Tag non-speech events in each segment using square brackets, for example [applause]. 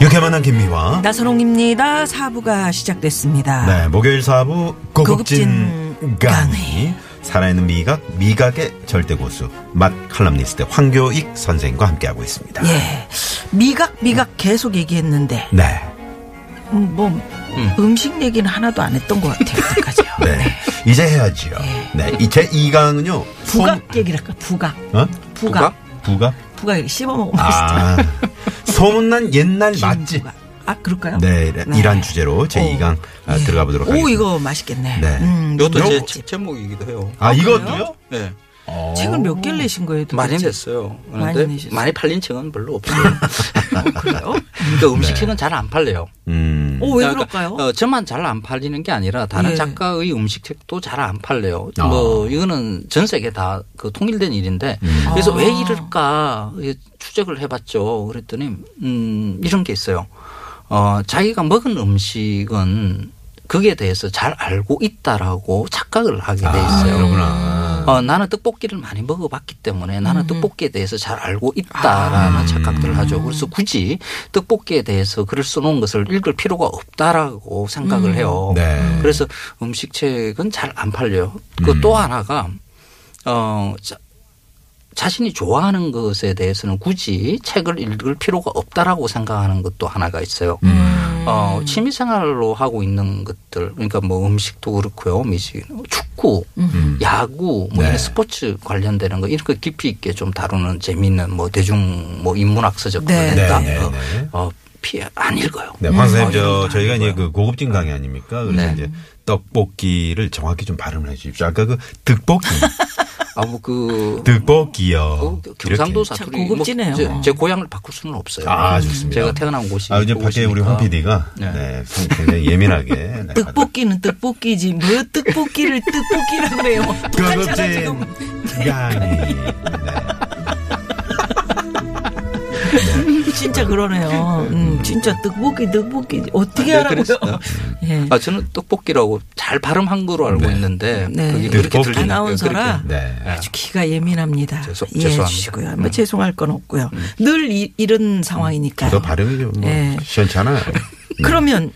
이렇게 만난 김미화. 나선홍입니다. 사부가 시작됐습니다. 네, 목요일 사부 고급진, 고급진 강의. 살아있는 미각, 미각의 절대 고수, 맛 칼럼니스트 황교익 선생과 함께하고 있습니다. 예. 미각 미각 계속 얘기했는데 네, 음, 뭐 음. 식 얘기는 하나도 안 했던 것 [laughs] 같아요. 여태까지요. 네. 이제 해야지요. 네, 이제 이강은요 예. 부각 얘기랄까? 부각. 어? 부각. 부각? 부각 얘기 씹어 먹으면 아, 소문난 옛날 맛집. 맛집. 아, 그럴까요? 네, 이란 주제로 제 어. 이강 아, 예. 들어가 보도록 하겠습니다. 오, 이거 맛있겠네. 음, 네. 이것도 제 맛집. 책 제목이기도 해요. 아, 이것도요? 네. 어. 책을 몇 개를 내신 거예요? 도대체? 많이 냈어요. 많이 그런데 많이, 내셨어요. 팔린 책은 별로 [laughs] 없어요. 그래요? 그러니까 음식책은 잘 안 팔려요. 음. 오, 왜 그러니까, 그럴까요? 어, 저만 잘 안 팔리는 게 아니라 다른 예. 작가의 음식책도 잘 안 팔려요. 아. 뭐 이거는 전 세계 다 그 통일된 일인데 그래서 아. 왜 이럴까 예, 추적을 해봤죠. 그랬더니 음, 이런 게 있어요. 어, 자기가 먹은 음식은 그에 대해서 잘 알고 있다라고 착각을 하게 돼 있어요. 아, 그러구나. 어, 나는 떡볶이를 많이 먹어봤기 때문에 나는 떡볶이에 대해서 잘 알고 있다라는 착각들을 하죠. 그래서 굳이 떡볶이에 대해서 글을 써놓은 것을 읽을 필요가 없다라고 생각을 해요. 어. 네. 그래서 음식책은 잘 안 팔려요. 그 음. 또 하나가 어, 자, 자신이 좋아하는 것에 대해서는 굳이 책을 읽을 필요가 없다라고 생각하는 것도 하나가 있어요. 음. 어, 취미 생활로 하고 있는 것들, 그러니까 뭐 음식도 그렇고요, 미식, 축구, 야구, 뭐 음. 네. 이런 스포츠 관련되는 거 이런 거 깊이 있게 좀 다루는 재미있는 뭐 대중 뭐 인문학 네. 서적이니까 네, 네, 어, 네. 어, 피해 안 읽어요. 네, 음. 황 선생님, 아, 어, 저, 예. 이런 거 저희가 안 이제 읽어요. 그 고급진 강의 아닙니까? 그래서 네. 이제 떡볶이를 정확히 좀 발음을 해 주십시오. 아까 그 [laughs] 득볶이, 아, 뭐그 득볶이요. 어, 그 경상도 어, 이렇게. 참 사투리 뭐, 고급지네요. 어. 제, 제 고향을 바꿀 수는 없어요. 아, 좋습니다. 제가 태어난 곳이 아, 이제 밖에 우리 황 PD가 네. 네. 굉장히 [laughs] 예민하게. 네, 떡볶이는 떡볶이지. 뭐 떡볶이를 떡볶이라고 해요. 바로- 똑같잖아, 고급진 지금. 강의. [laughs] 네. 진짜 그러네요. 음, 진짜 떡볶이 떡볶이 어떻게 아, 네, 하라고요? 그랬어요. [laughs] 예. 아, 저는 떡볶이라고 잘 발음한 거로 알고 네. 있는데 네. 그게 그렇게 떡볶이. 들리는 아나운서라. 그렇게. 네. 아주 기가 예민합니다. 죄송- 이해해 죄송합니다. 주시고요. 뭐 죄송할 건 없고요. 늘 이, 이런 상황이니까요. 너 발음이 좀뭐 예. 시원찮아요. [laughs] 그러면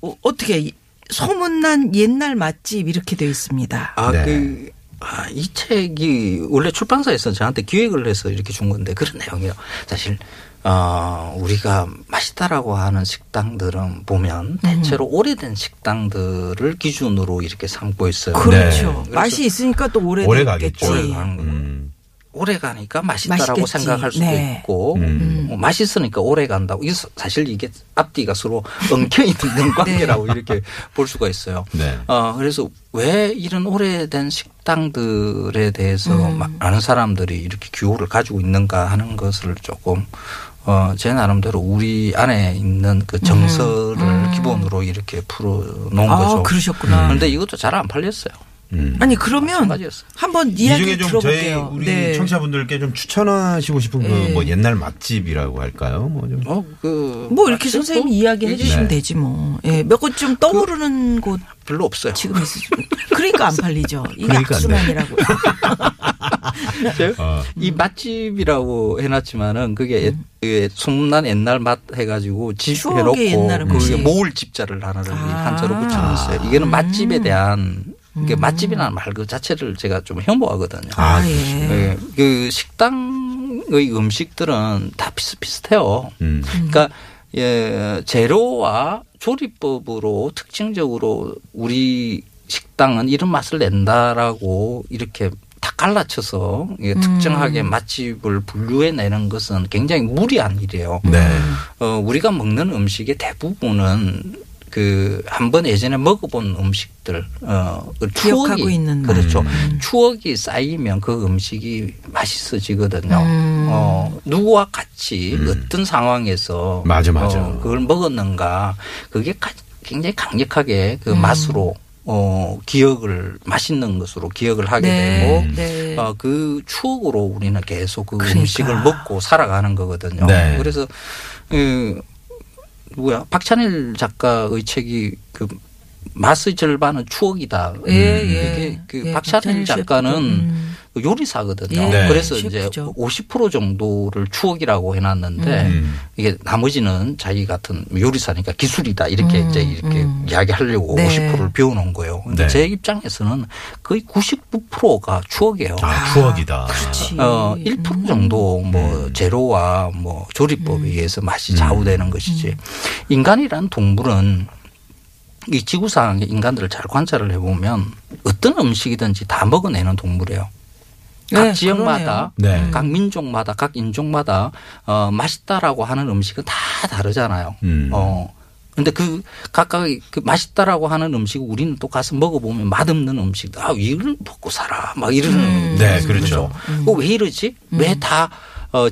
어, 어떻게 이- 소문난 옛날 맛집 이렇게 돼 있습니다. 아, 네. 그, 아, 이 책이 원래 출판사에서 저한테 기획을 해서 이렇게 준 건데 그런 내용이요. 사실, 어, 우리가 맛있다라고 하는 식당들은 음. 보면 대체로 오래된 식당들을 기준으로 이렇게 삼고 있어요. 그렇죠. 네. 맛이 있으니까 또 오래 오래 가겠죠. 오래 가는 거고. 음. 오래 가니까 맛있다라고 맛있겠지. 생각할 수도 네. 있고 음. 뭐 맛있으니까 오래 간다고 이게 사- 사실 이게 앞뒤가 서로 [laughs] 엉켜 네. 있는 관계라고 이렇게 볼 수가 있어요. 네. 어, 그래서 왜 이런 오래된 식당들에 대해서 음. 마- 많은 사람들이 이렇게 규호를 가지고 있는가 하는 것을 조금 어, 제 나름대로 우리 안에 있는 그 정서를 기본으로 이렇게 풀어놓은 음. 아, 거죠. 그러셨구나. 그런데 이것도 잘 안 팔렸어요. 음. 아니 그러면 마찬가지였어요. 한번 이 이야기 중에 좀 저희 들어볼게요. 네. 우리 청취자분들께 좀 추천하시고 싶은 그 뭐 옛날 맛집이라고 할까요? 뭐 좀. 어, 그 뭐 이렇게 맛집도 선생님이 이야기해 주시면 네. 되지 뭐. 예, 몇 곳 좀 떠오르는 그 곳 별로 없어요. 지금 있으 그러니까 안 팔리죠. 이게 그러니까 안 돼. 악순환이라고. 제가 이 맛집이라고 해놨지만은 그게 예- 예, 소문난 옛날 맛 해가지고 집 음. 추억의 해놓고 옛날 음식. 그게 모을 집자를 하나를 이 아. 음. 한자로 붙여놨어요. 이게는 맛집에 대한 이게 맛집이라는 말 그 자체를 제가 좀 혐오하거든요. 아, 아, 예. 예, 그 식당의 음식들은 다 비슷비슷해요. 음. 그러니까 예, 재료와 조리법으로 특징적으로 우리 식당은 이런 맛을 낸다라고 이렇게 다 갈라쳐서 예, 특정하게 맛집을 분류해내는 것은 굉장히 무리한 일이에요. 네. 어, 우리가 먹는 음식의 대부분은 그 한 번 예전에 먹어본 음식들 어, 그 기억하고 추억이- 있는 음. 맛. 그렇죠. 추억이 쌓이면 그 음식이 맛있어지거든요. 음. 어, 누구와 같이 어떤 상황에서 음. 맞아, 맞아. 어, 그걸 먹었는가 그게 가- 굉장히 강력하게 음. 그 맛으로 어, 기억을 맛있는 것으로 기억을 하게 네. 되고 네. 어, 그 추억으로 우리는 계속 그 그러니까. 음식을 먹고 살아가는 거거든요. 네. 그래서 그 누구야 박찬일 작가의 책이 그 맛의 절반은 음. 추억이다. 예, 예. 이게 그 예, 박찬일 박찬일 셰프도. 작가는 음. 그 요리사거든요. 예, 네. 그래서 이제 셰프죠. 50% 정도를 추억이라고 해놨는데 음. 이게 나머지는 자기 같은 요리사니까 기술이다 이렇게 음, 이제 이렇게 음. 이야기하려고 네. 50%를 비워놓은 거예요. 근데 네. 제 입장에서는 거의 99%가 추억이에요. 아, 추억이다. 그렇지. 예, 어, 음. 1% 정도 네. 뭐 재료와 뭐 음. 조리법에 의해서 맛이 좌우되는 것이지 인간이란 동물은 이 지구상의 인간들을 잘 관찰을 해보면 어떤 음식이든지 다 먹어내는 동물이에요. 각 네, 지역마다, 그러네요. 네. 각 민족마다, 각 인종마다 어, 맛있다라고 하는 음식은 다 다르잖아요. 음. 어. 근데 그 각각의 그 맛있다라고 하는 음식을 우리는 또 가서 먹어보면 맛없는 음식, 아 이걸 먹고 살아, 막 이러는 네, 음. 그렇죠. 그 왜 이러지? 왜 다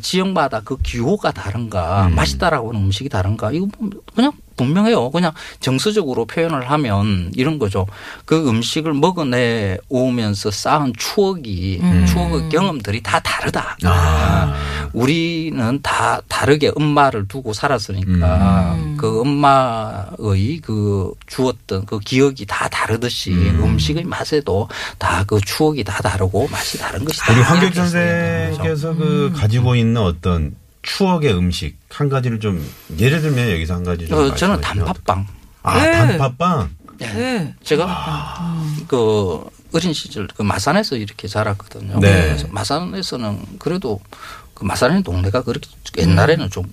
지역마다 그 기호가 다른가, 맛있다라고 하는 음식이 다른가? 이거 뭐 그냥 분명해요. 그냥 정서적으로 표현을 하면 이런 거죠. 그 음식을 먹어내 오면서 쌓은 추억이 추억의 경험들이 다 다르다. 아. 우리는 다 다르게 엄마를 두고 살았으니까 그 엄마의 그 주었던 그 기억이 다 다르듯이 음. 식의 맛에도 다 그 추억이 다 다르고 맛이 다른 것이다. 우리 황교익 이렇게 생각해요. 선생께서 그 가지고 있는 어떤 추억의 음식 한 가지를 좀 예를 들면 여기서 한 가지 좀 어, 말씀해 저는 주시면 단팥빵. 어떨- 아, 네. 단팥빵. 네. 제가 그 어린 시절 그 마산에서 이렇게 자랐거든요. 네. 그래서 마산에서는 그래도 그 마산의 동네가 그렇게 옛날에는 좀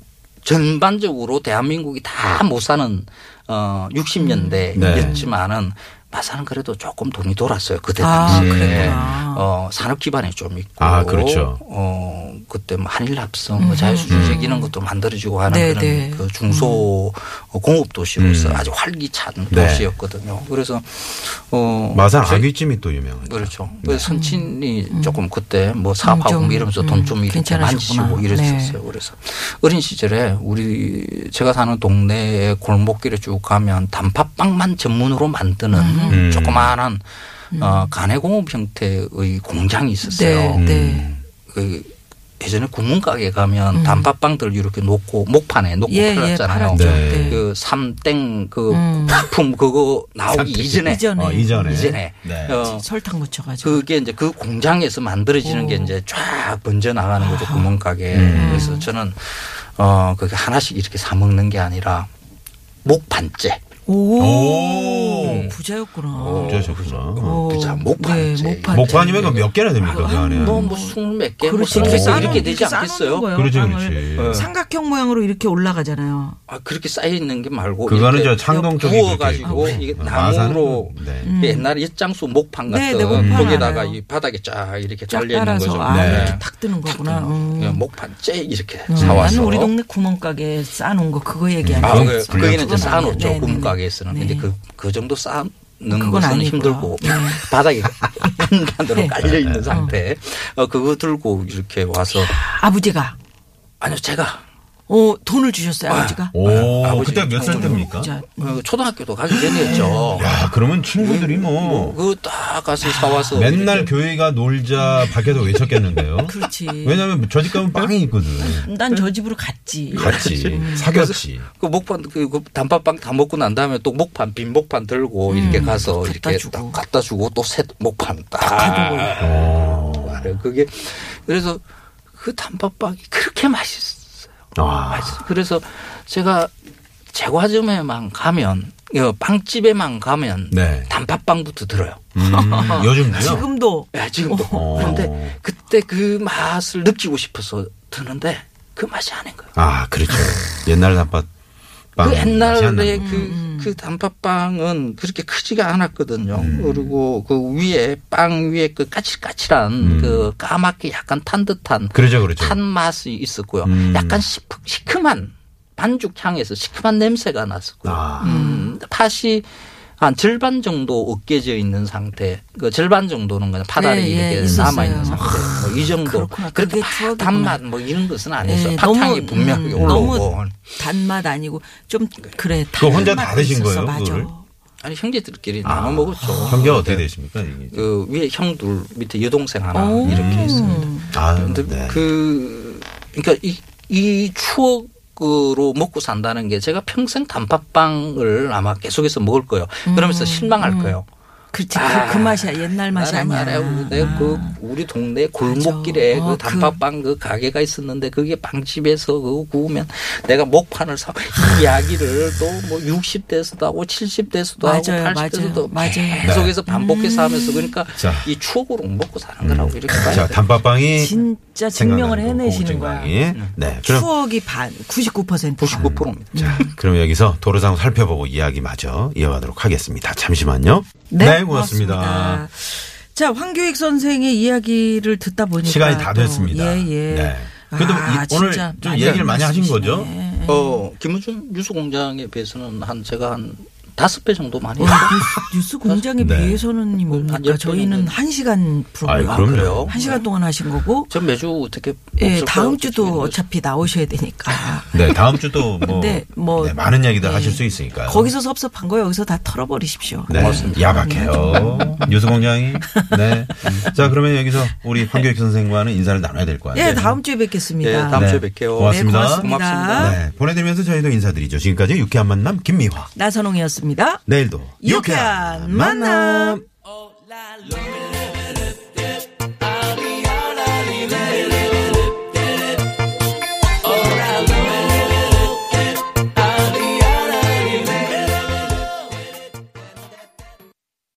전반적으로 대한민국이 다 못 사는 어 60년대였지만은 마산은 그래도 조금 돈이 돌았어요 그때 아, 당시에 그랬구나. 어 산업 기반이 좀 있고 아, 그렇죠. 음. 어 그때 뭐 한일합성 뭐 자유수주적 이런 것도 만들어지고 하는 음. 네, 그런 네. 그 중소 공업 도시로서 아주 활기찬 음. 네. 도시였거든요. 그래서 어 마산 음. 제- 아귀찜이 또 유명하죠. 그렇죠. 그래서 선친이 조금 그때 뭐 사업하고 음. 좀 뭐 이러면서 돈 좀 이렇게 괜찮으셨구나. 네. 만지시고 뭐 이랬었어요. 그래서 어린 시절에 우리 제가 사는 동네의 골목길에 쭉 가면 단팥빵만 전문으로 만드는 음. 음. 조그마한 어, 가내공업 형태의 공장이 네. 있었어요. 음. 네. 그 예전에 구문가게 가면 단팥빵들 이렇게 놓고 목판에 놓고 음. 예, 예. 팔았잖아요. 팔았죠. 네. 네. 그 삼땡 그 음. 부품 그거 나오기 이전에 이전에. 어, 이전에. 이전에 네. 어, 설탕 묻혀가지고. 그게 이제 그 공장에서 만들어지는 게 이제 쫙 번져 나가는 거죠 아. 구멍 가게. 음. 그래서 저는 어 그게 하나씩 이렇게 사 먹는 게 아니라 목판째. 오, 부자였구나. 어. 어쩌셨구나. 부자 네, 목판째. 목판. 목판이면 그럼 몇 개나 됩니까 그 안에? 아, 뭐뭐 스물 몇 개, 뭐 그렇죠. 그렇지. 스무 개 싸놓은- 이렇게 되지 싸놓은 않겠어요? 거예요, 그렇지 빵을. 그렇지. 네. 삼각형 모양으로 이렇게 올라가잖아요. 아 그렇게 쌓여 있는 게 말고 그거는 이렇게 저 창동 쪽이 구워가지고 그렇게 이게 있고. 아, 나무로 마산은- 네. 음. 그 옛날에 엿장수 목판 네, 같은 네, 목판 거기다가 알아요. 이 바닥에 쫙 이렇게 쫙 잘려 있는 따라서 거죠. 아 네. 이렇게 탁 뜨는 거구나. 음. 그냥 목판 째 이렇게 음. 사와서 나는 우리 동네 구멍가게 싸놓은 거 그거 얘기하는 아, 음. 그건 그, 불량 거기는 이제 그건 아니에요. 쌓아놓죠. 네, 네, 구멍가게에서는. 네. 근데 그, 그 정도 쌓는 그건 것은 아니고요. 힘들고 네. [laughs] 바닥에 한단으로 네. 깔려있는 상태. 어, 그거 들고 이렇게 와서. 아버지가 아니요, 제가. 어 돈을 주셨어요 아버지가. 오 아, 아버지 그때 몇 살 때입니까? 자, 어, 초등학교도 가기 전이었죠. 야 그러면 친구들이 뭐 그거 딱 가서 사와서. 맨날 이렇게 교회가 놀자 밖에서 [laughs] 외쳤겠는데요. 그렇지. 왜냐면 저 집 가면 빵이 있거든. 난 저 집으로 갔지. 같이 사겼지. 그 목판, 그, 그 단팥빵 다 먹고 난 다음에 또 목판, 빈 목판 들고 이렇게 가서 갖다 이렇게 주고. 딱 갖다 주고 또 새 목판 딱. 말해요. 그게 그래서 그 단팥빵이 그렇게 맛있어요. 아, 맛있어요. 그래서 제가 제과점에만 가면 어, 빵집에만 가면 네. 단팥빵부터 들어요. 음, 요즘도요. 지금도 예, 지금도 어. 그런데 그때 그 맛을 느끼고 싶어서 드는데 그 맛이 아닌 거예요. 아 그렇죠. 옛날 단팥 빵. 그 맛이 안 옛날에 나는 거. 그, 그 단팥빵은 그렇게 크지가 않았거든요. 그리고 그 위에 빵 위에 그 까칠까칠한 그 까맣게 약간 탄 듯한 그렇죠 그렇죠. 탄 맛이 있었고요. 음. 약간 시큼, 시큼한 반죽창에서 시큼한 냄새가 났었고요. 아. 음, 팥이 한 절반 정도 으깨져 있는 상태. 그 절반 정도는 그냥 파다리 네, 예, 이렇게 있었어요. 남아 있는 상태. 뭐이 정도. 그렇구나. 그렇게 그게 막 추억이구나. 단맛 뭐 이런 것은 아니었어요. 예, 팥탕이 너무, 분명히 음, 올라오고. 너무 단맛 아니고 좀 그래. 그거 혼자 단맛이 다 드신 거예요, 있었어. 맞아. 그걸? 아니 형제들끼리 나눠 먹었죠. 형제 아, 어떻게 네. 되십니까? 이게? 그 위에 형 둘 밑에 여동생 하나 오. 이렇게 있습니다. 아, 근데 네. 그 그러니까 이, 이 추억으로 먹고 산다는 게 제가 평생 단팥빵을 아마 계속해서 먹을 거예요. 그러면서 실망할 거예요. 그렇지 아, 그, 그 맛이야 옛날 맛이 나는 아니야. 알아요. 근데 그 우리 동네 골목길에 맞아. 그 어, 그- 단팥빵 그 가게가 있었는데 그게 빵집에서 그거 구우면 내가 목판을 사. 이 이야기를 또 뭐 60대에서도 하고 70대에서도 하고 맞아요, 맞아요, 80대에서도 음. 맞아요. 계속해서 반복해서 하면서 그러니까 자. 음. 이 추억으로 먹고 사는 거라고 이렇게 봐야 자, 돼요. 단팥빵이 진짜 증명을 해내시는 거야. 네, 그럼 추억이 반 99%. 99%입니다. 음. 자, 그럼 여기서 도로상 살펴보고 이야기 마저 이어가도록 하겠습니다. 잠시만요. 네, 네, 고맙습니다. 자, 황교익 선생의 이야기를 듣다 보니까 시간이 다 또, 됐습니다. 예, 예. 네. 그래도 아, 이- 오늘 진짜 좀 얘기를 많이 하신 거죠? 말씀이시네. 어, 김은준 유수공장에 비해서는 한 제가 한 다섯 배 정도 많이 어, 했어요. 뉴스- 뉴스 공장에 네. 비해서는 한열 뭡니까? 번 저희는 정도. 한 시간 아이, 프로그램. 그럼요. 그래요? 한 시간 동안 하신 거고. 전 매주 어떻게 예, 없을 다음 거라고 주도 생각해요. 어차피 나오셔야 되니까. 네, 다음 주도 뭐, [laughs] 네, 뭐, 네, 많은 이야기들 네. 하실 수 있으니까요. 거기서 섭섭한 거 여기서 다 털어버리십시오. 네, 고맙습니다. 야박해요. 뉴스공장이. 네. 자, 그러면 여기서 우리 황교익 선생과는 인사를 나눠야 될 것 같아요. 예, 다음 주에 뵙겠습니다. 예, 네. 다음 주에 뵐게요. 고맙습니다. 네, 고맙습니다. 고맙습니다. 네, 보내드리면서 저희도 인사드리죠. 지금까지 유쾌한 만남 김미화. 나선홍이었습니다. 내일도 유쾌한 만남. Oh la la.